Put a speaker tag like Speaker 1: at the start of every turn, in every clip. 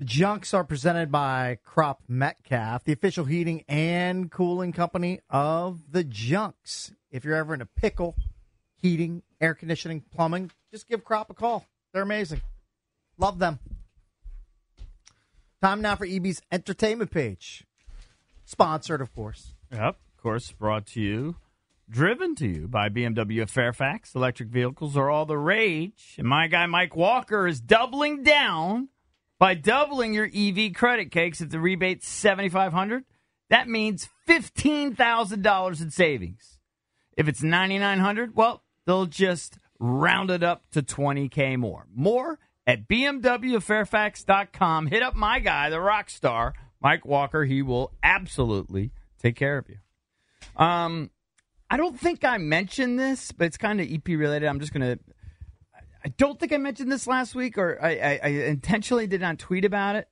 Speaker 1: The junks are presented by Crop Metcalf, the official heating and cooling company of the junks. If you're ever in a pickle, heating, air conditioning, plumbing, just give Crop a call. They're amazing. Love them. Time now for EB's entertainment page. Sponsored, of course.
Speaker 2: Yep, of course, brought to you, driven to you by BMW of Fairfax. Electric vehicles are all the rage, and my guy Mike Walker is doubling down by doubling your EV credit cakes at the rebate seventy five hundred. That means fifteen thousand dollars in savings. If it's ninety nine hundred, well, they'll just round it up to twenty k more. More at bmwfairfax.com. Hit up my guy, the rock star Mike Walker. He will absolutely take care of you. Um, I don't think I mentioned this, but it's kind of EP related. I'm just gonna. I don't think I mentioned this last week, or I, I, I intentionally did not tweet about it.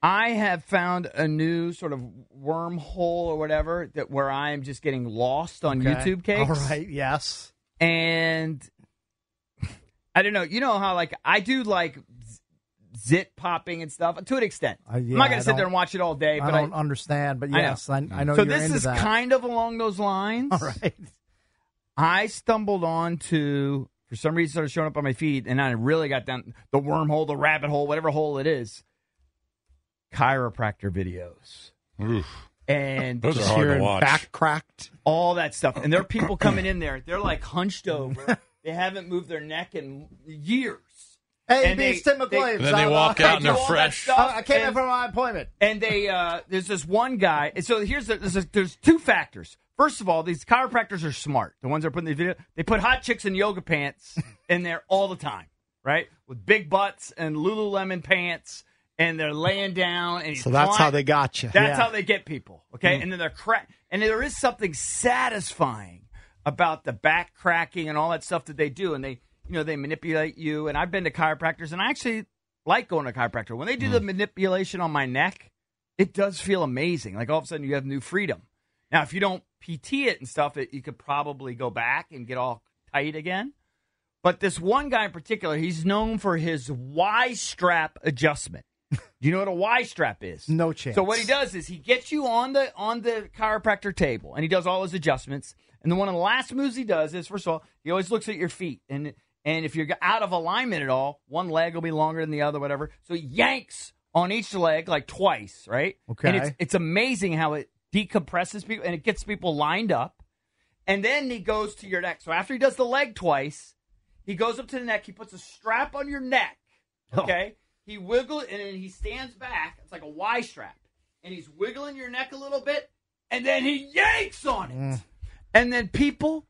Speaker 2: I have found a new sort of wormhole or whatever that where I am just getting lost on YouTube cakes.
Speaker 1: All right, yes.
Speaker 2: And I don't know. You know how like I do like z- zit popping and stuff to an extent.
Speaker 1: Uh, yeah,
Speaker 2: I'm not
Speaker 1: I
Speaker 2: gonna sit there
Speaker 1: don't-
Speaker 2: and watch it all day,
Speaker 1: I
Speaker 2: but
Speaker 1: don't
Speaker 2: I,
Speaker 1: understand, but
Speaker 2: I know.
Speaker 1: yes, I know, I, know
Speaker 2: so
Speaker 1: you're
Speaker 2: this
Speaker 1: into
Speaker 2: is
Speaker 1: that.
Speaker 2: kind of along those lines.
Speaker 1: All right.
Speaker 2: I stumbled on to for some reason started showing up on my feed, and I really got down the wormhole, the rabbit hole, whatever hole it is. Chiropractor videos and
Speaker 3: Those are hard to watch.
Speaker 1: cracked.
Speaker 2: all that stuff, and there are people coming in there. They're like hunched over. they haven't moved their neck in years.
Speaker 1: Hey,
Speaker 2: And
Speaker 1: EB's
Speaker 2: they-
Speaker 1: Tim
Speaker 2: they-
Speaker 1: McClaves.
Speaker 3: And then they
Speaker 1: I'm, uh,
Speaker 3: walk out and
Speaker 2: do
Speaker 3: they're
Speaker 2: all that
Speaker 3: fresh.
Speaker 2: stuff,
Speaker 1: Oh, I I came in
Speaker 2: and-
Speaker 1: from my appointment.
Speaker 2: and they uh, there's this one guy. and So here's the, there's, there's two factors. First of all, these chiropractors are smart. The ones that are putting the video, they put hot chicks in yoga pants in there all the time, right? With big butts and Lululemon pants, and they're laying down. And he's
Speaker 4: So that's how
Speaker 2: flying-
Speaker 4: they got you.
Speaker 2: that's how they get people. Okay,
Speaker 1: Mm.
Speaker 2: and then they're crack, and there is something satisfying about the back cracking and all that stuff that they do, and they, you know, they manipulate you. And I've been to chiropractors, and I actually like going to a chiropractor when they do the
Speaker 1: Mm.
Speaker 2: manipulation on my neck. It does feel amazing. Like all of a sudden, you have new freedom. Now, if you don't PT it and stuff, it, you could probably go back and get all tight again. But this one guy in particular, he's known for his Y strap adjustment. Do you know what a Y strap is?
Speaker 1: No chance.
Speaker 2: So what he does is he gets you on the on the chiropractor table and he does all his adjustments. And then one of the last moves he does is first of all, he always looks at your feet and and if you're out of alignment at all, one leg will be longer than the other, whatever. So he yanks on each leg like twice, right?
Speaker 1: Okay.
Speaker 2: And it's it's amazing how it decompresses people and it gets people lined up. And then he goes to your neck. So after he does the leg twice, he goes up to the neck. He puts a strap on your neck. Okay. He wiggles and then he stands back. It's like a Y strap. And he's wiggling your neck a little bit. And then he yanks on it.
Speaker 3: Mm.
Speaker 2: And then people,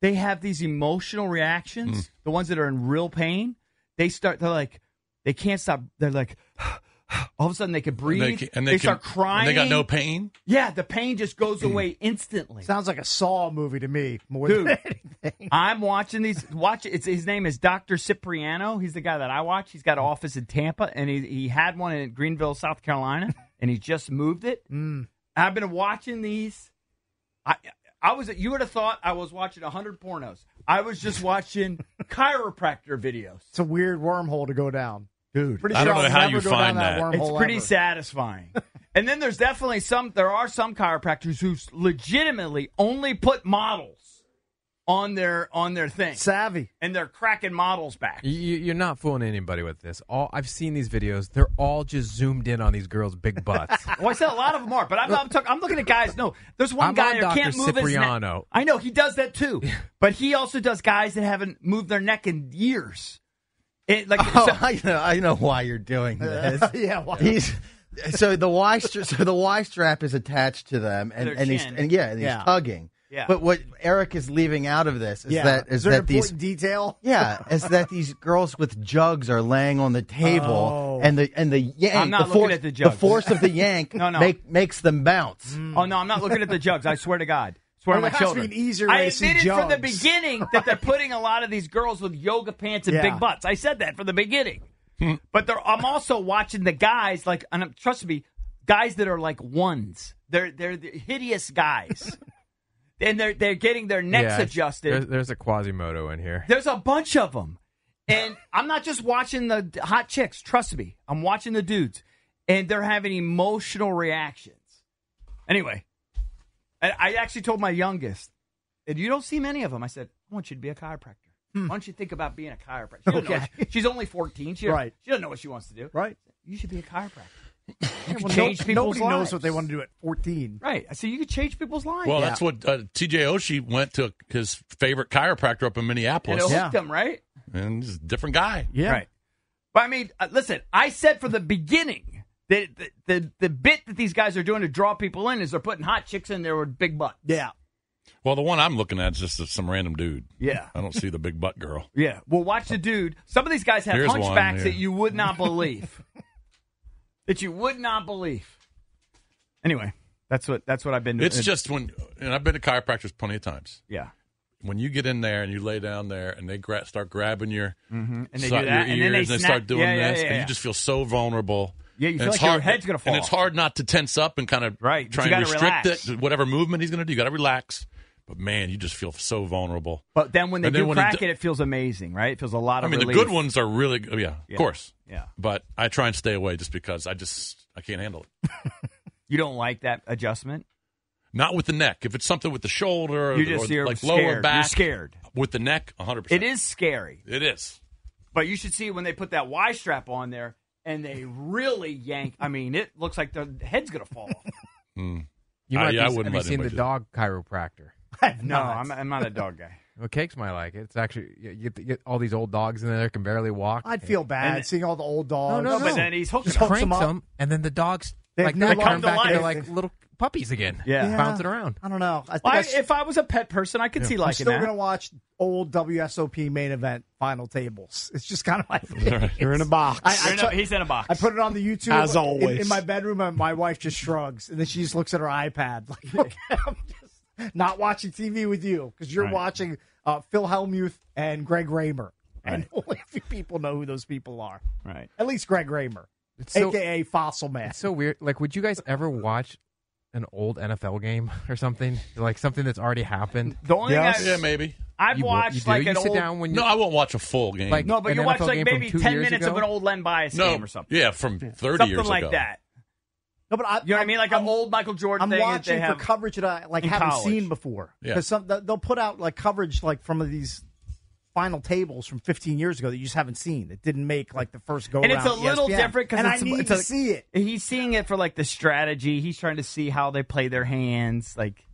Speaker 2: they have these emotional
Speaker 3: Mm.
Speaker 2: reactions. The ones that are in real pain, they start, they're like, they can't stop. They're like, all of a sudden they can breathe.
Speaker 3: they, ca- and they,
Speaker 2: start
Speaker 3: can-
Speaker 2: crying.
Speaker 3: and they got no pain. Mm.
Speaker 2: Yeah, the pain just goes away instantly.
Speaker 1: Sounds like a Saw movie to me more
Speaker 2: Dude.
Speaker 1: than anything.
Speaker 2: I'm watching these. Watch it's his name is Doctor Cipriano. He's the guy that I watch. He's got an office in Tampa, and he he had one in Greenville, South Carolina, and he just moved it. I've been watching these. I I was you would have thought I was watching hundred pornos. I was just watching chiropractor videos.
Speaker 1: It's a weird wormhole to go down.
Speaker 2: Dude,
Speaker 1: Pretty
Speaker 3: I
Speaker 1: sure
Speaker 3: don't know
Speaker 1: I'll
Speaker 3: how
Speaker 1: never
Speaker 3: you
Speaker 1: go down
Speaker 3: find
Speaker 1: that,
Speaker 3: that.
Speaker 1: wormhole
Speaker 2: it's pretty
Speaker 1: ever.
Speaker 2: satisfying. and then there's definitely some. There are some chiropractors who legitimately only put models on their on their thing.
Speaker 1: Savvy.
Speaker 2: and they're cracking models back.
Speaker 5: You, you're not fooling anybody with this. All I've seen these videos; they're all just zoomed in on these girls' big butts.
Speaker 2: Well, I said a lot of them are, but I'm, I'm, talk- I'm looking at guys. No, there's one
Speaker 5: I'm
Speaker 2: guy
Speaker 5: on
Speaker 2: that can't
Speaker 5: Dr.
Speaker 2: move his neck.
Speaker 5: Cipriano.
Speaker 2: I know he does that too, but he also does guys that haven't moved their neck in years. It, like so-
Speaker 4: Oh, I know, I know why you're doing this.
Speaker 1: yeah, why?
Speaker 4: He's so the Y stra- so the Y strap is attached to them, and
Speaker 2: Their
Speaker 4: and he's
Speaker 2: chin.
Speaker 4: and yeah, and he's
Speaker 1: Yeah.
Speaker 4: tugging.
Speaker 2: Yeah.
Speaker 4: But what Eric is leaving out of this is
Speaker 1: yeah.
Speaker 4: that is
Speaker 1: there an
Speaker 4: that these
Speaker 1: important detail?
Speaker 4: yeah is that these girls with jugs are laying on the table
Speaker 1: Oh.
Speaker 4: and the and the yank
Speaker 2: I'm not
Speaker 4: the
Speaker 2: looking
Speaker 4: force,
Speaker 2: at the jugs.
Speaker 4: force of the yank
Speaker 2: No, no.
Speaker 4: Make, makes them bounce.
Speaker 2: Oh no, I'm not looking at the jugs. I swear to God. Swear
Speaker 1: Mm.
Speaker 2: to
Speaker 1: Well, it
Speaker 2: my
Speaker 1: has to be
Speaker 2: children.
Speaker 1: an easier
Speaker 2: I
Speaker 1: way to see
Speaker 2: admitted from the
Speaker 1: jugs.
Speaker 2: beginning that they're putting a lot of these girls with yoga pants and
Speaker 1: Yeah.
Speaker 2: big butts. I said that from the beginning. but they're, I'm also watching the guys like, and I'm, trust me, guys that are like ones. They're they're the hideous guys, and they're they're getting their necks
Speaker 5: Yeah,
Speaker 2: adjusted.
Speaker 5: There's, there's a Quasimodo in here.
Speaker 2: There's a bunch of them. And I'm not just watching the d- hot chicks, trust me. I'm watching the dudes. And they're having emotional reactions. Anyway, and I actually told my youngest, and you don't see many of them. I said, I want you to be a chiropractor. Why don't you think about being a chiropractor? She doesn't know what she- she's only 14. She,
Speaker 1: Right.
Speaker 2: she doesn't know what she wants to do.
Speaker 1: Right.
Speaker 2: You should be a chiropractor.
Speaker 1: Well, no-
Speaker 2: change people's
Speaker 1: nobody knows what they
Speaker 2: lives.
Speaker 1: want to do at 14.
Speaker 2: Right. I said, you could change people's lives.
Speaker 3: Well, that's what uh, TJ Oshie went to his favorite chiropractor up in
Speaker 2: and
Speaker 3: Minneapolis,
Speaker 2: it hooked
Speaker 1: Yeah.
Speaker 2: them, right?
Speaker 3: and he's a different guy.
Speaker 1: Yeah.
Speaker 2: Right. But I mean, uh, listen, I said from the beginning that the, the the bit that these guys are doing to draw people in is they're putting hot chicks in there with big butt.
Speaker 1: Yeah.
Speaker 3: Well, the one I'm looking at is just some random dude.
Speaker 2: Yeah.
Speaker 3: I don't see the big butt girl.
Speaker 2: Yeah. Well, watch the dude. Some of these guys have
Speaker 3: Here's one,
Speaker 2: hunchbacks
Speaker 3: yeah.
Speaker 2: that you would not believe. that you would not believe. Anyway, that's what that's what I've been doing.
Speaker 3: It's just when, and I've been to chiropractors plenty of times.
Speaker 2: yeah.
Speaker 3: When you get in there and you lay down there and they gra- start grabbing your,
Speaker 2: And they
Speaker 3: so-
Speaker 2: do that,
Speaker 3: your
Speaker 2: and
Speaker 3: ears,
Speaker 2: then they, snap.
Speaker 3: start doing
Speaker 2: yeah, yeah,
Speaker 3: this,
Speaker 2: yeah,
Speaker 3: and
Speaker 2: yeah.
Speaker 3: you just feel so vulnerable.
Speaker 2: Yeah, you
Speaker 3: And
Speaker 2: feel
Speaker 3: it's
Speaker 2: like your head's gonna fall
Speaker 3: and it's
Speaker 2: off.
Speaker 3: hard not to tense up and kind of
Speaker 2: Right, but
Speaker 3: try
Speaker 2: you
Speaker 3: and
Speaker 2: gotta
Speaker 3: restrict
Speaker 2: relax.
Speaker 3: it. Whatever movement he's going to do, you got to relax. But man, you just feel so vulnerable.
Speaker 2: But then when they
Speaker 3: And then
Speaker 2: do
Speaker 3: when he
Speaker 2: crack
Speaker 3: d-
Speaker 2: it, it feels amazing, right? It feels a lot
Speaker 3: I
Speaker 2: of.
Speaker 3: mean,
Speaker 2: relief.
Speaker 3: the good ones are really, good. yeah,
Speaker 2: Yeah.
Speaker 3: of course.
Speaker 2: Yeah.
Speaker 3: But I try and stay away just because I just I can't handle it.
Speaker 2: You don't like that adjustment.
Speaker 3: Not with the neck. If it's something with the shoulder or,
Speaker 2: You
Speaker 3: the-
Speaker 2: just
Speaker 3: or
Speaker 2: you're
Speaker 3: like
Speaker 2: scared.
Speaker 3: lower back,
Speaker 2: You're scared.
Speaker 3: with the neck, 100.
Speaker 2: It is scary.
Speaker 3: It is.
Speaker 2: But you should see when they put that Y strap on there and they really yank. I mean, it looks like the head's gonna fall. off.
Speaker 5: You
Speaker 3: I-
Speaker 5: might
Speaker 3: yeah, I
Speaker 5: be,
Speaker 3: wouldn't
Speaker 5: have you
Speaker 3: let
Speaker 5: seen
Speaker 3: anybody do
Speaker 5: the dog chiropractor?
Speaker 2: no, I'm, I'm not a dog guy.
Speaker 5: Well, Cakes might like it. It's actually you get, you get all these old dogs in there that can barely walk.
Speaker 1: I'd feel bad
Speaker 2: And-
Speaker 1: seeing all the old dogs.
Speaker 2: No,
Speaker 5: No,
Speaker 2: but
Speaker 5: no.
Speaker 2: then he's hooked.
Speaker 5: just
Speaker 1: hooks
Speaker 2: up.
Speaker 5: cranks
Speaker 1: 'em up.
Speaker 5: them, and then the dogs
Speaker 1: They have
Speaker 5: like
Speaker 1: new
Speaker 5: they
Speaker 1: life.
Speaker 5: come
Speaker 2: Come to
Speaker 5: back. and They're
Speaker 1: life.
Speaker 5: like little puppies again.
Speaker 2: Yeah.
Speaker 1: Yeah.
Speaker 5: bouncing around.
Speaker 1: I don't know. I think
Speaker 2: Well, I-
Speaker 1: I,
Speaker 2: if I was a pet person, I could see
Speaker 1: am
Speaker 2: liking
Speaker 1: still going to
Speaker 2: that.
Speaker 1: watch old WSOP main event final tables. It's just kind of my thing.
Speaker 6: You're in a box.
Speaker 1: I-
Speaker 2: You're in a-
Speaker 1: took-
Speaker 2: he's in a box.
Speaker 1: I put it on the YouTube
Speaker 6: As
Speaker 1: in-
Speaker 6: always.
Speaker 1: in, my bedroom, and my wife just shrugs, and then she just looks at her iPad like, "Okay, I'm just not watching TV with you because you're watching uh, Phil Hellmuth and Greg Raymer, and only a few people know who those people are.
Speaker 2: right.
Speaker 1: At least Greg Raymer,
Speaker 5: It's so,
Speaker 1: aka Fossil Man.
Speaker 5: it's so weird. Like, would you guys ever watch an old NFL game or something? Like something that's already happened.
Speaker 2: The only
Speaker 6: Yes.
Speaker 2: thing
Speaker 3: Yeah,
Speaker 2: I've,
Speaker 3: maybe.
Speaker 2: I've
Speaker 5: You, wa-
Speaker 2: watched
Speaker 5: you do?
Speaker 2: like
Speaker 5: you
Speaker 2: an
Speaker 5: sit
Speaker 2: old
Speaker 5: down when you
Speaker 3: No, I won't watch a full game.
Speaker 5: Like-
Speaker 2: no, but
Speaker 5: an
Speaker 2: you watch
Speaker 5: NFL
Speaker 2: like
Speaker 5: game from
Speaker 2: maybe
Speaker 5: two
Speaker 2: ten
Speaker 5: years
Speaker 2: minutes of
Speaker 5: ago?
Speaker 2: an old Len Bias
Speaker 3: no,
Speaker 2: game or something.
Speaker 3: Yeah, from 30
Speaker 2: something
Speaker 3: years
Speaker 2: like
Speaker 3: ago.
Speaker 2: that.
Speaker 1: no, but I,
Speaker 2: You know what I mean? Like
Speaker 1: I'm,
Speaker 2: an old Michael Jordan
Speaker 1: I'm
Speaker 2: thing. that
Speaker 1: watching
Speaker 2: they
Speaker 1: for
Speaker 2: have.
Speaker 1: coverage that I like
Speaker 2: in
Speaker 1: haven't
Speaker 2: college.
Speaker 1: seen before
Speaker 3: Yeah.
Speaker 1: because some they'll put out like coverage like from these final tables from 15 years ago that you just haven't seen. It didn't make like the first go.
Speaker 2: and it's a
Speaker 1: around E at
Speaker 2: little
Speaker 1: ESPN.
Speaker 2: different because
Speaker 1: and
Speaker 2: it's,
Speaker 1: I need
Speaker 2: it's
Speaker 1: to
Speaker 2: a-
Speaker 1: see it.
Speaker 2: He's seeing it for like the strategy. He's trying to see how they play their hands, like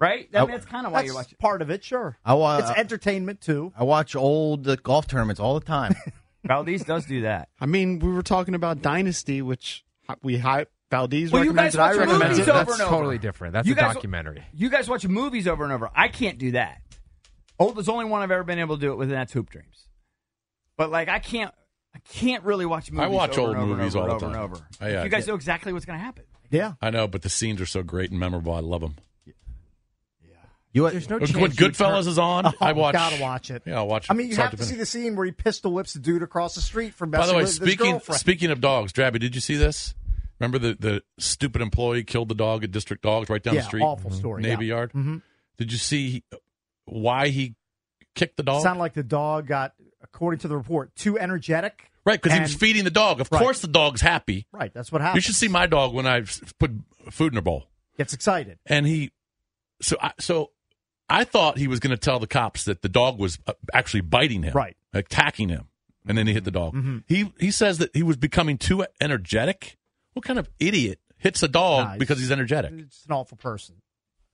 Speaker 2: right. I mean, that's kind of why
Speaker 1: That's
Speaker 2: you're watching.
Speaker 1: part of it, sure.
Speaker 4: I wa-
Speaker 1: it's entertainment too.
Speaker 4: I watch old uh, golf tournaments all the time.
Speaker 2: Valdez does do that.
Speaker 6: I mean, we were talking about Dynasty, which hi- we hype. Valdez
Speaker 2: Well, you guys
Speaker 6: recommends it. I
Speaker 2: watch
Speaker 6: recommend
Speaker 2: movies
Speaker 6: it.
Speaker 2: over
Speaker 5: That's
Speaker 2: and over.
Speaker 5: totally different. That's
Speaker 2: You
Speaker 5: a
Speaker 2: guys-
Speaker 5: documentary.
Speaker 2: You guys watch movies over and over. I can't do that. Oh, there's only one I've ever been able to do it with, and that's Hoop Dreams. But like, I can't, I can't really watch movies.
Speaker 3: I watch
Speaker 2: over
Speaker 3: old
Speaker 2: and over and
Speaker 3: movies
Speaker 2: over
Speaker 3: all
Speaker 2: and
Speaker 3: the
Speaker 2: over
Speaker 3: time.
Speaker 2: and over.
Speaker 3: I, uh,
Speaker 2: you guys know exactly what's going to happen.
Speaker 1: Yeah.
Speaker 3: I know, but the scenes are so great and memorable. I love them.
Speaker 4: You,
Speaker 5: There's no chance
Speaker 3: When
Speaker 5: you
Speaker 3: Goodfellas
Speaker 5: turn-
Speaker 3: is on, I watch.
Speaker 1: Gotta watch it.
Speaker 3: Yeah, I'll watch it.
Speaker 1: I mean, you have
Speaker 3: start
Speaker 1: to,
Speaker 3: to
Speaker 1: see
Speaker 3: finish.
Speaker 1: the scene where he pistol whips the dude across the street from.
Speaker 3: By the
Speaker 1: messing
Speaker 3: way,
Speaker 1: with his
Speaker 3: speaking
Speaker 1: girlfriend.
Speaker 3: speaking of dogs, Drabby, did you see this? Remember the, the stupid employee killed the dog at District Dogs right down
Speaker 1: yeah,
Speaker 3: the street, mm,
Speaker 1: awful story.
Speaker 3: Navy Yard?
Speaker 1: Mhm.
Speaker 3: Did you see why he kicked the
Speaker 1: yeah.
Speaker 3: dog?
Speaker 1: sound like the dog got, according to the report, too energetic.
Speaker 3: right, because he was
Speaker 1: and-
Speaker 3: feeding the dog. Of
Speaker 1: Right.
Speaker 3: course, the dog's happy.
Speaker 1: Right, that's what happened.
Speaker 3: You should see my dog when I s- put food in her bowl.
Speaker 1: Gets excited.
Speaker 3: and he so I, so I thought he was going to tell the cops that the dog was uh, actually biting him,
Speaker 1: Right.
Speaker 3: attacking him, and then he hit the dog. He he says that he was becoming too energetic. What kind of idiot hits a dog
Speaker 1: Nah, he's-
Speaker 3: because he's energetic?
Speaker 1: It's an awful person.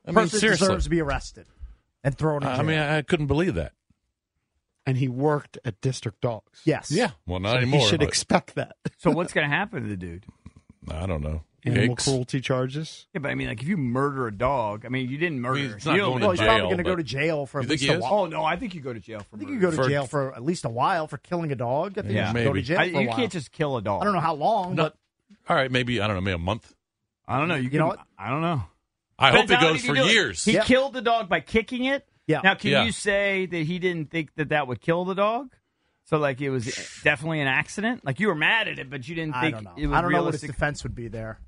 Speaker 3: I mean,
Speaker 1: person deserves
Speaker 3: seriously.
Speaker 1: to be arrested and thrown in jail.
Speaker 3: I mean, I couldn't believe that.
Speaker 6: And he worked at District Dogs.
Speaker 1: yes.
Speaker 3: Yeah, well, not
Speaker 6: So
Speaker 3: anymore.
Speaker 6: He should
Speaker 3: but-
Speaker 6: expect that.
Speaker 2: So what's going to happen to the dude?
Speaker 3: I don't know.
Speaker 6: Animal
Speaker 3: Yikes.
Speaker 6: cruelty charges.
Speaker 2: Yeah, but I mean, like if you murder a dog, I mean, you didn't murder.
Speaker 3: it's not
Speaker 2: you don't-
Speaker 3: going to
Speaker 1: Well, he's probably
Speaker 3: jail,
Speaker 1: going to go
Speaker 3: but-
Speaker 1: to jail for at
Speaker 3: You think
Speaker 1: least
Speaker 3: he
Speaker 1: a
Speaker 3: is?
Speaker 1: while.
Speaker 2: Oh no, I think you go to jail for.
Speaker 1: I think you go to
Speaker 3: For-
Speaker 1: jail for at least a while for killing a dog. I think
Speaker 2: Yeah.
Speaker 1: you should go to
Speaker 3: Maybe.
Speaker 1: jail
Speaker 2: I,
Speaker 1: for a
Speaker 2: you
Speaker 1: while.
Speaker 2: can't just kill a dog.
Speaker 1: I don't know how long,
Speaker 3: No,
Speaker 1: but
Speaker 3: all right, maybe I don't know, maybe a month.
Speaker 2: I don't know. You,
Speaker 1: You
Speaker 2: can,
Speaker 1: know what?
Speaker 2: I don't know.
Speaker 3: I hope it
Speaker 2: Depends how
Speaker 3: goes
Speaker 2: if you
Speaker 3: for
Speaker 2: do it.
Speaker 3: years.
Speaker 2: He
Speaker 1: Yeah.
Speaker 2: killed the dog by kicking it.
Speaker 1: yeah.
Speaker 2: Now, can
Speaker 3: Yeah.
Speaker 2: you say that he didn't think that that would kill the dog? So, like, it was definitely an accident. Like, you were mad at it, but you didn't
Speaker 1: I
Speaker 2: think
Speaker 1: don't know.
Speaker 2: it was
Speaker 1: I don't know what his
Speaker 2: realistic.
Speaker 1: defense would be there.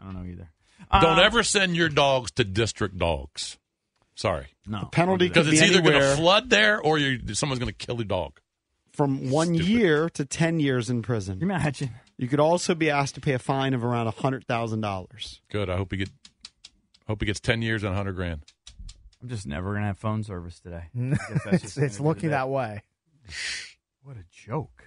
Speaker 2: I don't know either.
Speaker 3: Don't
Speaker 2: Um,
Speaker 3: ever send your dogs to district dogs. Sorry,
Speaker 2: No
Speaker 6: Penalty
Speaker 3: because
Speaker 6: could
Speaker 3: it's
Speaker 6: be
Speaker 3: either going to
Speaker 6: anywhere
Speaker 3: flood there or you someone's going to kill the dog.
Speaker 6: from one
Speaker 3: Stupid.
Speaker 6: year to ten years in prison.
Speaker 2: Imagine.
Speaker 6: You could also be asked to pay a fine of around hundred thousand dollars.
Speaker 3: Good. I hope he get. Hope he gets ten years and hundred grand.
Speaker 2: I'm just never gonna have phone service today. I guess that's just
Speaker 1: It's,
Speaker 2: the
Speaker 1: it's
Speaker 2: end of the
Speaker 1: looking
Speaker 2: day.
Speaker 1: that way.
Speaker 2: What a joke.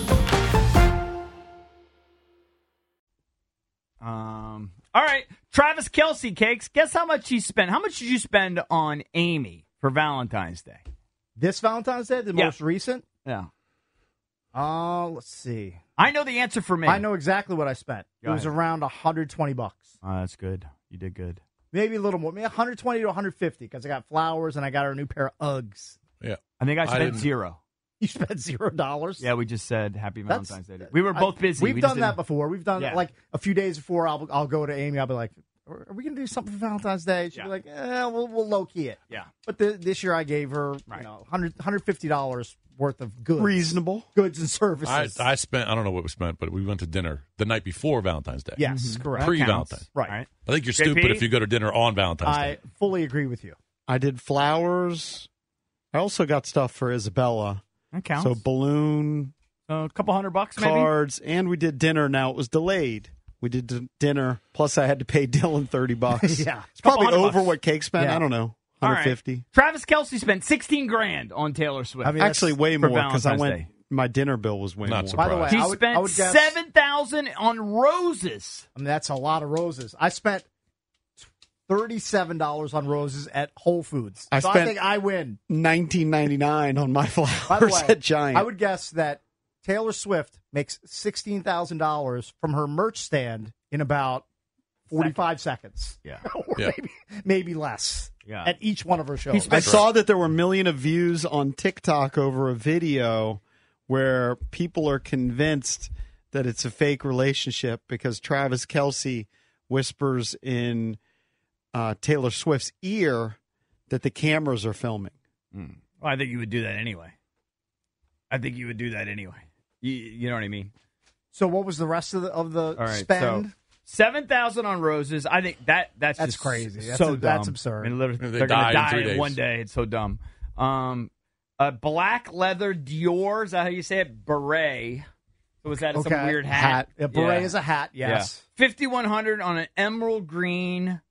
Speaker 2: Um. All right, Travis Kelsey cakes. Guess how much he spent? How much did you spend on Amy for Valentine's Day?
Speaker 1: This Valentine's Day, the
Speaker 2: Yeah.
Speaker 1: most recent.
Speaker 2: Yeah,
Speaker 1: Uh, let's see.
Speaker 2: I know the answer for me.
Speaker 1: I know exactly what I spent.
Speaker 2: Go
Speaker 1: it was
Speaker 2: ahead.
Speaker 1: around 120 bucks,
Speaker 2: Oh, that's good. You did good.
Speaker 1: maybe a little more, maybe 120 to 150 because I got flowers and I got her a new pair of Uggs.
Speaker 3: Yeah.
Speaker 2: I think I
Speaker 3: I
Speaker 2: spent
Speaker 3: didn't-
Speaker 2: zero.
Speaker 1: You spent zero dollars.
Speaker 2: Yeah, we just said Happy
Speaker 1: That's-
Speaker 2: Valentine's Day. We were both
Speaker 1: I-
Speaker 2: busy.
Speaker 1: We've
Speaker 2: We just
Speaker 1: done that
Speaker 2: didn't-
Speaker 1: before. We've done
Speaker 2: Yeah.
Speaker 1: like a few days before. I'll I'll go to Amy. I'll be like, "Are are we gonna do something for Valentine's Day?" She'll
Speaker 2: Yeah.
Speaker 1: be like, eh, "We'll we'll low key it."
Speaker 2: Yeah.
Speaker 1: But the, this year I gave her
Speaker 2: Right.
Speaker 1: you know 100, 150 dollars worth of goods,
Speaker 6: Reasonable.
Speaker 1: goods and services.
Speaker 3: I, I spent. I don't know what we spent, but we went to dinner the night before Valentine's Day.
Speaker 1: yes,
Speaker 2: mm-hmm.
Speaker 1: correct.
Speaker 3: Pre
Speaker 2: counts.
Speaker 3: Valentine's.
Speaker 1: Right.
Speaker 2: All right.
Speaker 3: I think you're
Speaker 2: JP?
Speaker 3: stupid if you go to dinner on Valentine's
Speaker 1: I
Speaker 3: Day.
Speaker 1: fully agree with you.
Speaker 6: I did flowers. I also got stuff for Isabella.
Speaker 2: That counts.
Speaker 6: So balloon
Speaker 2: a couple hundred bucks, maybe.
Speaker 6: cards, and we did dinner. Now it was delayed. We did d- dinner. Plus, I had to pay Dylan thirty bucks.
Speaker 1: Yeah.
Speaker 6: it's probably
Speaker 2: Couple hundred
Speaker 6: over
Speaker 2: bucks.
Speaker 6: what Cake spent.
Speaker 1: Yeah.
Speaker 6: I don't know,
Speaker 2: All
Speaker 6: hundred
Speaker 2: right.
Speaker 6: fifty.
Speaker 2: Travis Kelsey spent sixteen grand on Taylor Swift.
Speaker 1: I mean, that's-
Speaker 6: Actually, way
Speaker 2: for
Speaker 6: more because I
Speaker 2: Valentine's
Speaker 6: went.
Speaker 2: Day.
Speaker 6: My dinner bill was way
Speaker 3: Not
Speaker 6: more.
Speaker 3: surprised.
Speaker 1: By the way,
Speaker 2: he
Speaker 1: I would,
Speaker 2: spent
Speaker 1: I would guess,
Speaker 2: seven thousand on roses.
Speaker 1: I mean, that's a lot of roses. I spent thirty-seven dollars on roses at Whole Foods.
Speaker 6: I
Speaker 1: so I
Speaker 6: spent-
Speaker 1: think I win.
Speaker 6: Nineteen ninety nine on my flowers
Speaker 1: By the way,
Speaker 6: at Giant.
Speaker 1: I would guess that Taylor Swift makes sixteen thousand dollars from her merch stand in about forty-five seconds.
Speaker 2: Yeah.
Speaker 1: or
Speaker 3: Yeah.
Speaker 1: maybe maybe less.
Speaker 2: Yeah.
Speaker 1: at each one of her shows.
Speaker 2: He
Speaker 6: I
Speaker 2: spent-
Speaker 6: saw that there were a million of views on TikTok over a video where people are convinced that it's a fake relationship because Travis Kelsey whispers in uh, Taylor Swift's ear that the cameras are filming.
Speaker 2: Well, I think you would do that anyway. I think you would do that anyway. You, you know what I mean?
Speaker 1: so what was the rest of the of the
Speaker 2: All right.
Speaker 1: spend?
Speaker 2: So seven thousand on roses. I think that that's
Speaker 1: That's
Speaker 2: just
Speaker 1: crazy. That's-
Speaker 2: so dumb.
Speaker 1: that's absurd.
Speaker 2: I mean, literally,
Speaker 3: They
Speaker 2: they're gonna
Speaker 3: die in
Speaker 2: die
Speaker 3: three
Speaker 2: in
Speaker 3: days.
Speaker 2: one day. It's so dumb. Um, a black leather Dior. Is that how you say it? Beret. So was that some
Speaker 1: Okay.
Speaker 2: weird hat?
Speaker 1: A beret
Speaker 2: Yeah.
Speaker 1: is a hat. Yes.
Speaker 2: Yeah. 5100 on an emerald green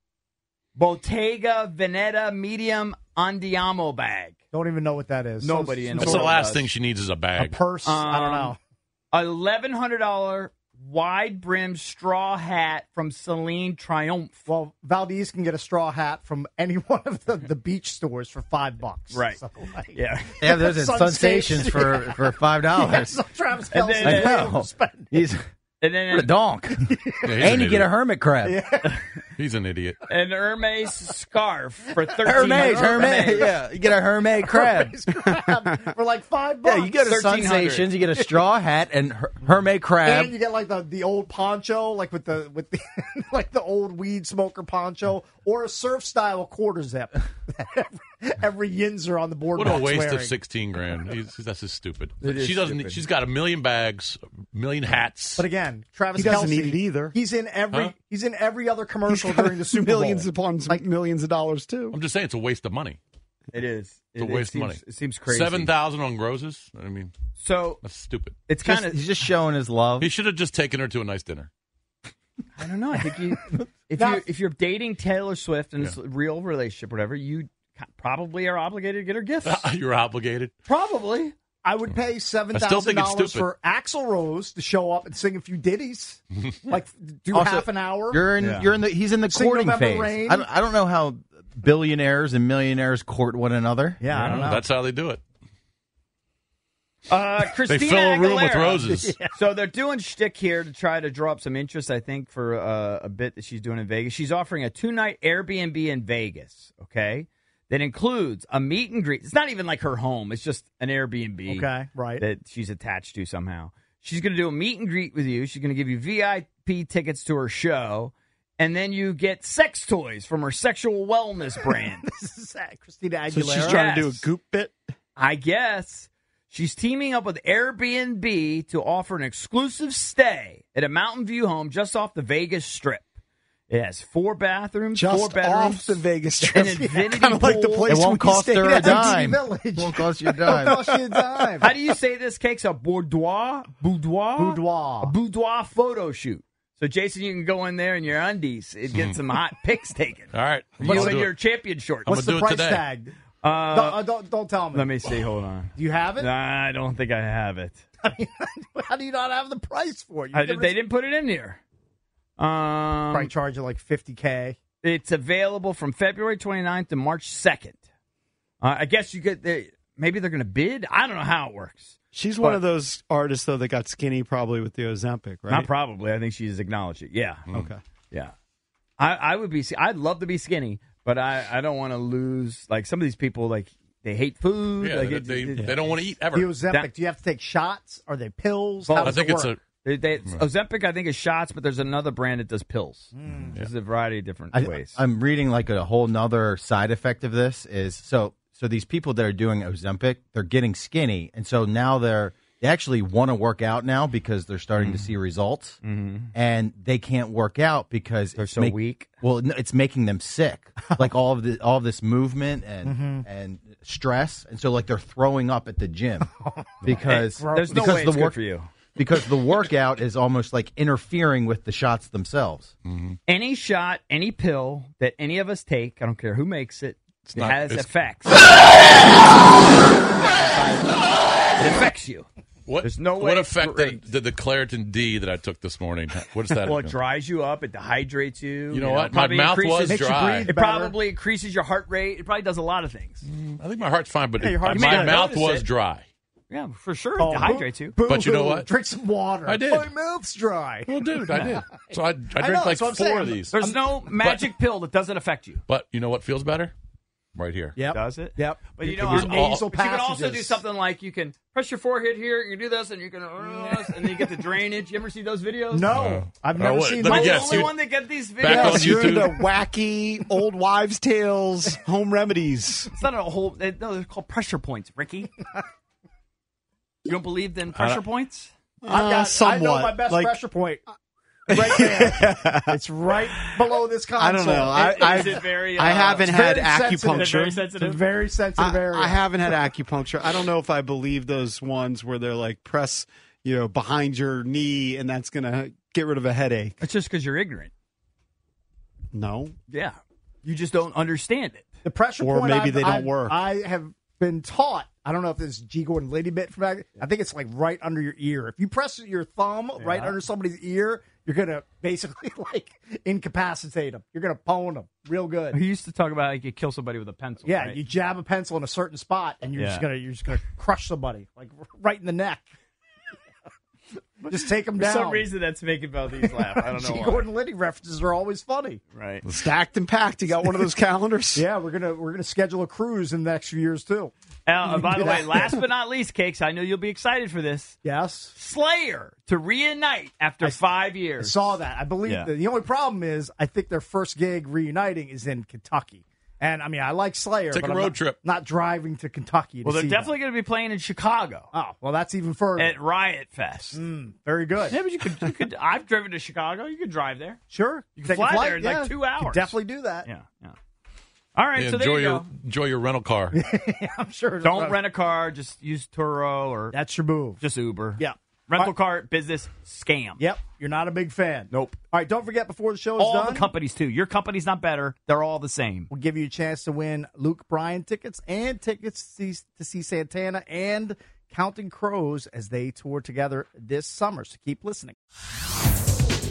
Speaker 2: Bottega Veneta medium Andiamo bag.
Speaker 1: Don't even know what that is. Some
Speaker 2: Nobody in the
Speaker 3: That's
Speaker 1: sort
Speaker 3: the
Speaker 1: of
Speaker 2: world.
Speaker 3: last thing she needs is a
Speaker 1: A
Speaker 3: bag.
Speaker 1: purse. I don't
Speaker 2: Um,
Speaker 1: know.
Speaker 2: $1,100 wide brim straw hat from Celine Triumph.
Speaker 1: Well, Valdez can get a straw hat from any one of the, the beach stores for five bucks.
Speaker 2: Right.
Speaker 1: So, like,
Speaker 2: Yeah.
Speaker 4: Yeah, those at
Speaker 1: Sun
Speaker 4: Sun
Speaker 1: Stations.
Speaker 4: Stations for for five
Speaker 1: yeah,
Speaker 4: dollars.
Speaker 1: so Travis
Speaker 2: And
Speaker 1: Kelsey.
Speaker 2: then-
Speaker 4: I know.
Speaker 1: Spend-
Speaker 4: He's
Speaker 2: And
Speaker 4: what a
Speaker 2: then
Speaker 4: donk,
Speaker 3: Yeah, he's an
Speaker 4: and you get
Speaker 3: idiot.
Speaker 4: a hermit crab.
Speaker 3: He's an idiot.
Speaker 2: an Hermes scarf for 1300
Speaker 4: Hermes, Hermes, yeah, you get a hermit crab.
Speaker 1: Hermes crab for like five bucks.
Speaker 4: Yeah, you go to Sun
Speaker 2: 1300.
Speaker 4: Stations, you get a straw hat and her- hermit crab.
Speaker 1: and you get like the, the old poncho, like with the with the like the old weed smoker poncho, or a surf style quarter zip. every, every yinzer on the board.
Speaker 3: What a waste of sixteen grand. He's, that's just stupid.
Speaker 2: is
Speaker 3: She doesn't.
Speaker 2: stupid.
Speaker 3: She's got a million bags, a million hats.
Speaker 1: But again, Travis
Speaker 6: He doesn't
Speaker 1: Kelce,
Speaker 6: need it either.
Speaker 1: He's in every
Speaker 3: Huh?
Speaker 1: he's in every other
Speaker 6: He's
Speaker 1: commercial
Speaker 6: got
Speaker 1: during the Super
Speaker 6: millions
Speaker 1: Bowl.
Speaker 6: upon like, millions of dollars too.
Speaker 3: I'm just saying, it's a waste of money.
Speaker 2: It is.
Speaker 3: It's a waste
Speaker 2: seems,
Speaker 3: of money.
Speaker 2: It seems crazy.
Speaker 3: Seven thousand on roses. I mean,
Speaker 2: So
Speaker 3: that's stupid.
Speaker 2: it's
Speaker 4: Just-
Speaker 2: kind of
Speaker 4: he's just showing his love.
Speaker 3: He should have just taken her to a nice dinner.
Speaker 2: I don't know. I think you, if
Speaker 1: Now-
Speaker 2: you if you're dating Taylor Swift and it's a real relationship, whatever, you ca- probably are obligated to get her gifts.
Speaker 3: You're obligated.
Speaker 2: probably.
Speaker 1: I would pay seven
Speaker 3: still
Speaker 1: thousand
Speaker 3: think it's
Speaker 1: dollars
Speaker 3: stupid.
Speaker 1: for Axl Rose to show up and sing a few ditties, like do
Speaker 4: Also,
Speaker 1: half an hour.
Speaker 4: You're in. You're in the. He's in the
Speaker 1: Sing
Speaker 4: courting
Speaker 1: November
Speaker 4: phase.
Speaker 1: Rain.
Speaker 4: I don't, I don't know how billionaires and millionaires court one another.
Speaker 1: yeah, I don't know.
Speaker 3: That's how they do it.
Speaker 2: Uh,
Speaker 3: They
Speaker 2: Christina
Speaker 3: fill a room with
Speaker 2: Aguilera.
Speaker 3: roses.
Speaker 2: So they're doing shtick here to try to draw up some interest, I think, for uh, a bit that she's doing in Vegas. She's offering a two night Airbnb in Vegas, okay? That includes a meet and greet. It's not even like her home, it's just an Airbnb
Speaker 1: Okay, right.
Speaker 2: that she's attached to somehow. She's going to do a meet and greet with you. She's going to give you VIP tickets to her show. And then you get sex toys from her sexual wellness brand.
Speaker 1: This is uh, Christina
Speaker 6: So
Speaker 1: Aguilera.
Speaker 6: she's trying to do a
Speaker 2: Yes.
Speaker 6: goop bit.
Speaker 2: I guess she's teaming up with Airbnb to offer an exclusive stay at a Mountain View home just off the Vegas Strip. It has four bathrooms, four
Speaker 6: Just
Speaker 2: bedrooms,
Speaker 6: off the Vegas
Speaker 2: an
Speaker 6: Strip.
Speaker 2: infinity
Speaker 6: Kind of like the
Speaker 2: pool.
Speaker 6: place
Speaker 4: It won't
Speaker 6: we
Speaker 4: cost
Speaker 6: stayed
Speaker 4: her a
Speaker 6: at.
Speaker 4: dime.
Speaker 1: Village.
Speaker 4: Won't cost you a
Speaker 1: Don't
Speaker 4: dime.
Speaker 1: cost you a dime.
Speaker 2: How do you say this cake's a boudoir? Boudoir?
Speaker 1: Boudoir.
Speaker 2: A boudoir photo shoot. So, Jason, you can go in there in your undies and get some hot pics taken.
Speaker 3: All right.
Speaker 2: You
Speaker 3: I'll
Speaker 2: in
Speaker 3: do
Speaker 2: your
Speaker 3: it.
Speaker 2: champion shorts.
Speaker 3: I'm
Speaker 1: What's the
Speaker 3: gonna do it
Speaker 1: price
Speaker 3: today.
Speaker 1: tag?
Speaker 2: Uh,
Speaker 1: don't, uh, don't, don't tell me.
Speaker 2: let me see. Hold on.
Speaker 1: Do you have it?
Speaker 2: Nah, I don't think I have it.
Speaker 1: How do you not have the price for it? You
Speaker 2: I, they didn't put it in here. Um,
Speaker 1: probably charge you like fifty k.
Speaker 2: It's available from February 29th to March 2nd. Uh, I guess you could, they, maybe they're going to bid. I don't know how it works.
Speaker 6: She's one
Speaker 2: But-
Speaker 6: of those artists though that got skinny probably with the Ozempic, right?
Speaker 2: Not probably. I think she's acknowledged it. Yeah. Okay. Yeah. I, I would be, I'd love to be skinny, but I, I don't want to lose, like, some of these people, like, they hate food.
Speaker 3: Yeah,
Speaker 2: like,
Speaker 3: they,
Speaker 2: it-
Speaker 3: they,
Speaker 2: it-
Speaker 3: they don't want to eat
Speaker 1: The
Speaker 3: ever.
Speaker 1: Ozempic.
Speaker 2: That-
Speaker 1: Do you have to take shots? Are they pills?
Speaker 2: Well,
Speaker 1: How
Speaker 3: I
Speaker 1: does
Speaker 3: think
Speaker 1: it
Speaker 3: it's a.
Speaker 1: work?
Speaker 2: They, they, Ozempic, I think, is shots, but there's another brand that does pills.
Speaker 3: Hmm.
Speaker 2: There's a variety of different
Speaker 4: I,
Speaker 2: ways.
Speaker 4: I'm reading like a whole nother side effect of this is so so these people that are doing Ozempic, they're getting skinny, and so now they're they actually want to work out now because they're starting
Speaker 2: Mm-hmm.
Speaker 4: to see results, and they can't work out because
Speaker 2: They're
Speaker 4: it's
Speaker 2: so weak.
Speaker 4: Well, no, it's making them sick, like all of the all of this movement and
Speaker 2: Mm-hmm.
Speaker 4: and stress, and so like they're throwing up at the gym because
Speaker 2: there's no
Speaker 4: because
Speaker 2: way
Speaker 4: the
Speaker 2: it's good
Speaker 4: work
Speaker 2: for you.
Speaker 4: because the workout is almost like interfering with the shots themselves.
Speaker 2: any shot, any pill that any of us take, I don't care who makes it, it
Speaker 3: not-
Speaker 2: has
Speaker 3: it's-
Speaker 2: effects. it affects you.
Speaker 3: What,
Speaker 2: There's no way
Speaker 3: what
Speaker 2: it's
Speaker 3: effect did,
Speaker 2: great.
Speaker 3: did the Claritin D that I took this morning? What is that?
Speaker 2: Well, it dries you up. It dehydrates you.
Speaker 3: You know what?
Speaker 2: it
Speaker 3: My
Speaker 2: probably
Speaker 3: mouth
Speaker 2: increases-
Speaker 3: was
Speaker 1: you
Speaker 3: dry.
Speaker 1: breathe.
Speaker 2: It probably increases your heart rate. It probably does a lot of things.
Speaker 3: I think my heart's fine, but
Speaker 1: Yeah, your
Speaker 3: my
Speaker 1: heart's
Speaker 2: fine.
Speaker 3: mouth
Speaker 2: Notice
Speaker 3: was
Speaker 2: it.
Speaker 3: dry.
Speaker 2: Yeah, for sure.
Speaker 1: Oh,
Speaker 2: It
Speaker 6: Uh-huh.
Speaker 2: dehydrates you.
Speaker 1: boo-
Speaker 3: But you know
Speaker 1: boo,
Speaker 3: what?
Speaker 1: Drink some water.
Speaker 3: I did.
Speaker 1: My mouth's dry.
Speaker 3: Well, dude, I did. So I, I drank
Speaker 1: know,
Speaker 3: like
Speaker 1: that's what
Speaker 3: four
Speaker 1: I'm saying.
Speaker 3: of these.
Speaker 2: There's no magic pill that doesn't affect you.
Speaker 3: But you know what feels better? Right here.
Speaker 1: Yep.
Speaker 2: Does it?
Speaker 1: Yep.
Speaker 2: But you
Speaker 1: It
Speaker 2: know,
Speaker 1: was
Speaker 2: I
Speaker 3: mean,
Speaker 1: nasal
Speaker 3: all-
Speaker 2: But you can also do
Speaker 1: passages.
Speaker 2: something like you can press your forehead here, you can do this, and you can, uh, and then you get the drainage. You ever see those videos?
Speaker 1: No,
Speaker 3: Oh.
Speaker 1: I've
Speaker 3: Oh,
Speaker 1: never
Speaker 3: wait,
Speaker 1: seen
Speaker 3: let
Speaker 2: I'm
Speaker 3: me
Speaker 1: that.
Speaker 2: the
Speaker 3: guess.
Speaker 2: only
Speaker 3: you-
Speaker 2: one that get these videos.
Speaker 3: Back on
Speaker 6: Yes, you're
Speaker 3: YouTube.
Speaker 6: into wacky old wives' tales, home remedies.
Speaker 2: It's not a whole. they- No, they're called pressure points, Ricky. you don't believe in pressure points?
Speaker 1: I've got,
Speaker 6: Uh,
Speaker 1: I know my
Speaker 6: somewhat.
Speaker 1: best
Speaker 6: Like-
Speaker 1: pressure point. Right there. it's right below this console.
Speaker 6: I don't know. I,
Speaker 2: Is
Speaker 6: I've,
Speaker 2: it very,
Speaker 6: I
Speaker 2: uh,
Speaker 6: haven't
Speaker 1: It's
Speaker 6: had
Speaker 1: very sensitive.
Speaker 6: acupuncture.
Speaker 1: It's a very sensitive
Speaker 6: I,
Speaker 1: area.
Speaker 6: I haven't had acupuncture. I don't know if I believe those ones where they're like press, you know, behind your knee, and that's gonna get rid of a headache.
Speaker 2: It's just because you're ignorant.
Speaker 6: No,
Speaker 2: Yeah, you just don't understand it.
Speaker 1: the pressure
Speaker 6: Or
Speaker 1: point.
Speaker 6: maybe
Speaker 1: I've-
Speaker 6: they don't
Speaker 1: I've-
Speaker 6: work.
Speaker 1: I have been taught. I don't know if this is G Gordon Lady bit from back. I think it's like right under your ear. If you press your thumb right under somebody's ear, you're gonna basically like incapacitate them. You're gonna pwn them real good.
Speaker 2: He used to talk about like you kill somebody with a pencil.
Speaker 1: Yeah,
Speaker 2: right?
Speaker 1: you jab a pencil in a certain spot, and you're just
Speaker 2: Yeah.
Speaker 1: gonna you're just gonna crush somebody like right in the neck. just take them
Speaker 2: For
Speaker 1: down.
Speaker 2: some reason, that's making Valdez laugh. I don't know.
Speaker 1: G
Speaker 2: why.
Speaker 1: Gordon Liddy references are always funny.
Speaker 2: Right.
Speaker 6: stacked and packed. You got one of those calendars.
Speaker 1: Yeah, we're gonna we're gonna schedule a cruise in the next few years too.
Speaker 2: Uh, by the way, last but not least, cakes. I know you'll be excited for this.
Speaker 1: Yes.
Speaker 2: Slayer to reunite after five
Speaker 1: I
Speaker 2: years.
Speaker 1: saw that. I believe
Speaker 2: Yeah.
Speaker 1: that. The only problem is, I think their first gig reuniting is in Kentucky. And I mean, I like Slayer.
Speaker 3: Take
Speaker 1: but
Speaker 3: a
Speaker 1: I'm
Speaker 3: road
Speaker 1: not-
Speaker 3: trip.
Speaker 1: Not driving to Kentucky. To
Speaker 2: well, they're
Speaker 1: see
Speaker 2: definitely going to be playing in Chicago
Speaker 1: Them. Oh, well, that's even further.
Speaker 2: at Riot Fest.
Speaker 1: Very good.
Speaker 2: Yeah, but you could, you could. I've driven to Chicago. You could drive there.
Speaker 1: Sure.
Speaker 2: You can
Speaker 1: Take a
Speaker 2: fly
Speaker 1: flight,
Speaker 2: there in, like,
Speaker 1: yeah.
Speaker 2: two
Speaker 1: You can
Speaker 2: hours.
Speaker 1: definitely do that.
Speaker 2: Yeah, yeah. All right,
Speaker 3: Yeah,
Speaker 2: so there
Speaker 3: enjoy
Speaker 2: you
Speaker 3: your
Speaker 2: go.
Speaker 3: enjoy your rental car.
Speaker 1: I'm sure.
Speaker 2: Don't rent a car. Just use Turo or
Speaker 1: That's your move.
Speaker 2: just Uber.
Speaker 1: yeah.
Speaker 2: rental car business scam.
Speaker 1: Yep, you're not a big fan.
Speaker 2: Nope.
Speaker 1: All right, don't forget before the show is
Speaker 2: All
Speaker 1: done,
Speaker 2: the companies too. Your company's not better. They're all the same.
Speaker 1: we'll give you a chance to win Luke Bryan tickets and tickets to see, to see Santana and Counting Crows as they tour together this summer. So keep listening.